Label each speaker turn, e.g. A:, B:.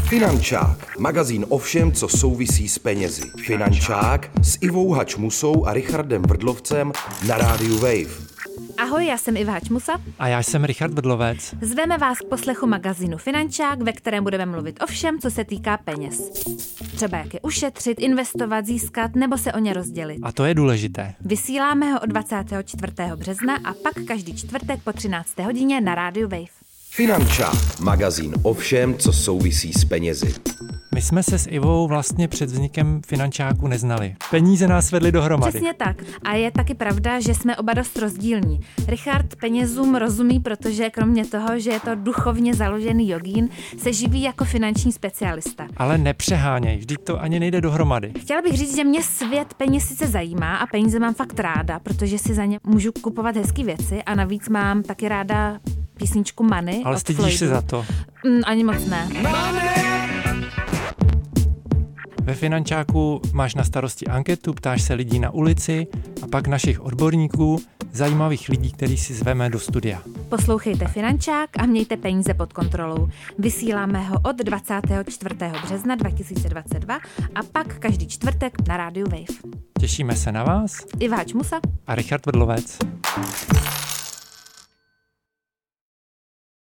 A: Finančák, magazín o všem, co souvisí s penězi. Finančák s Ivou Hačmusou a Richardem Vrdlovcem na rádiu Wave.
B: Ahoj, já jsem Iva Hačmusa.
C: A já jsem Richard Vrdlovec.
B: Zveme vás k poslechu magazínu Finančák, ve kterém budeme mluvit o všem, co se týká peněz. Třeba jak je ušetřit, investovat, získat nebo se o ně rozdělit.
C: A to je důležité.
B: Vysíláme ho od 24. března a pak každý čtvrtek po 13. hodině na rádiu Wave.
A: Finančák, magazín o všem, co souvisí s penězi.
C: My jsme se s Ivou vlastně před vznikem finančáku neznali. Peníze nás vedly dohromady.
B: Přesně tak. A je taky pravda, že jsme oba dost rozdílní. Richard penězům rozumí, protože kromě toho, že je to duchovně založený jogín, se živí jako finanční specialista.
C: Ale nepřeháněj, vždyť to ani nejde dohromady.
B: Chtěla bych říct, že mě svět peněz sice zajímá a peníze mám fakt ráda, protože si za ně můžu kupovat hezké věci a navíc mám taky ráda písničku Money.
C: Ale
B: od
C: stydíš se
B: Floydu.
C: za to.
B: Mm, ani moc ne.
C: Ve finančáku máš na starosti anketu, ptáš se lidí na ulici a pak našich odborníků, zajímavých lidí, který si zveme do studia.
B: Poslouchejte Finančák a mějte peníze pod kontrolou. Vysíláme ho od 24. března 2022 a pak každý čtvrtek na rádiu Wave.
C: Těšíme se na vás
B: Iváč Musa.
C: a Richard Vrdlovec.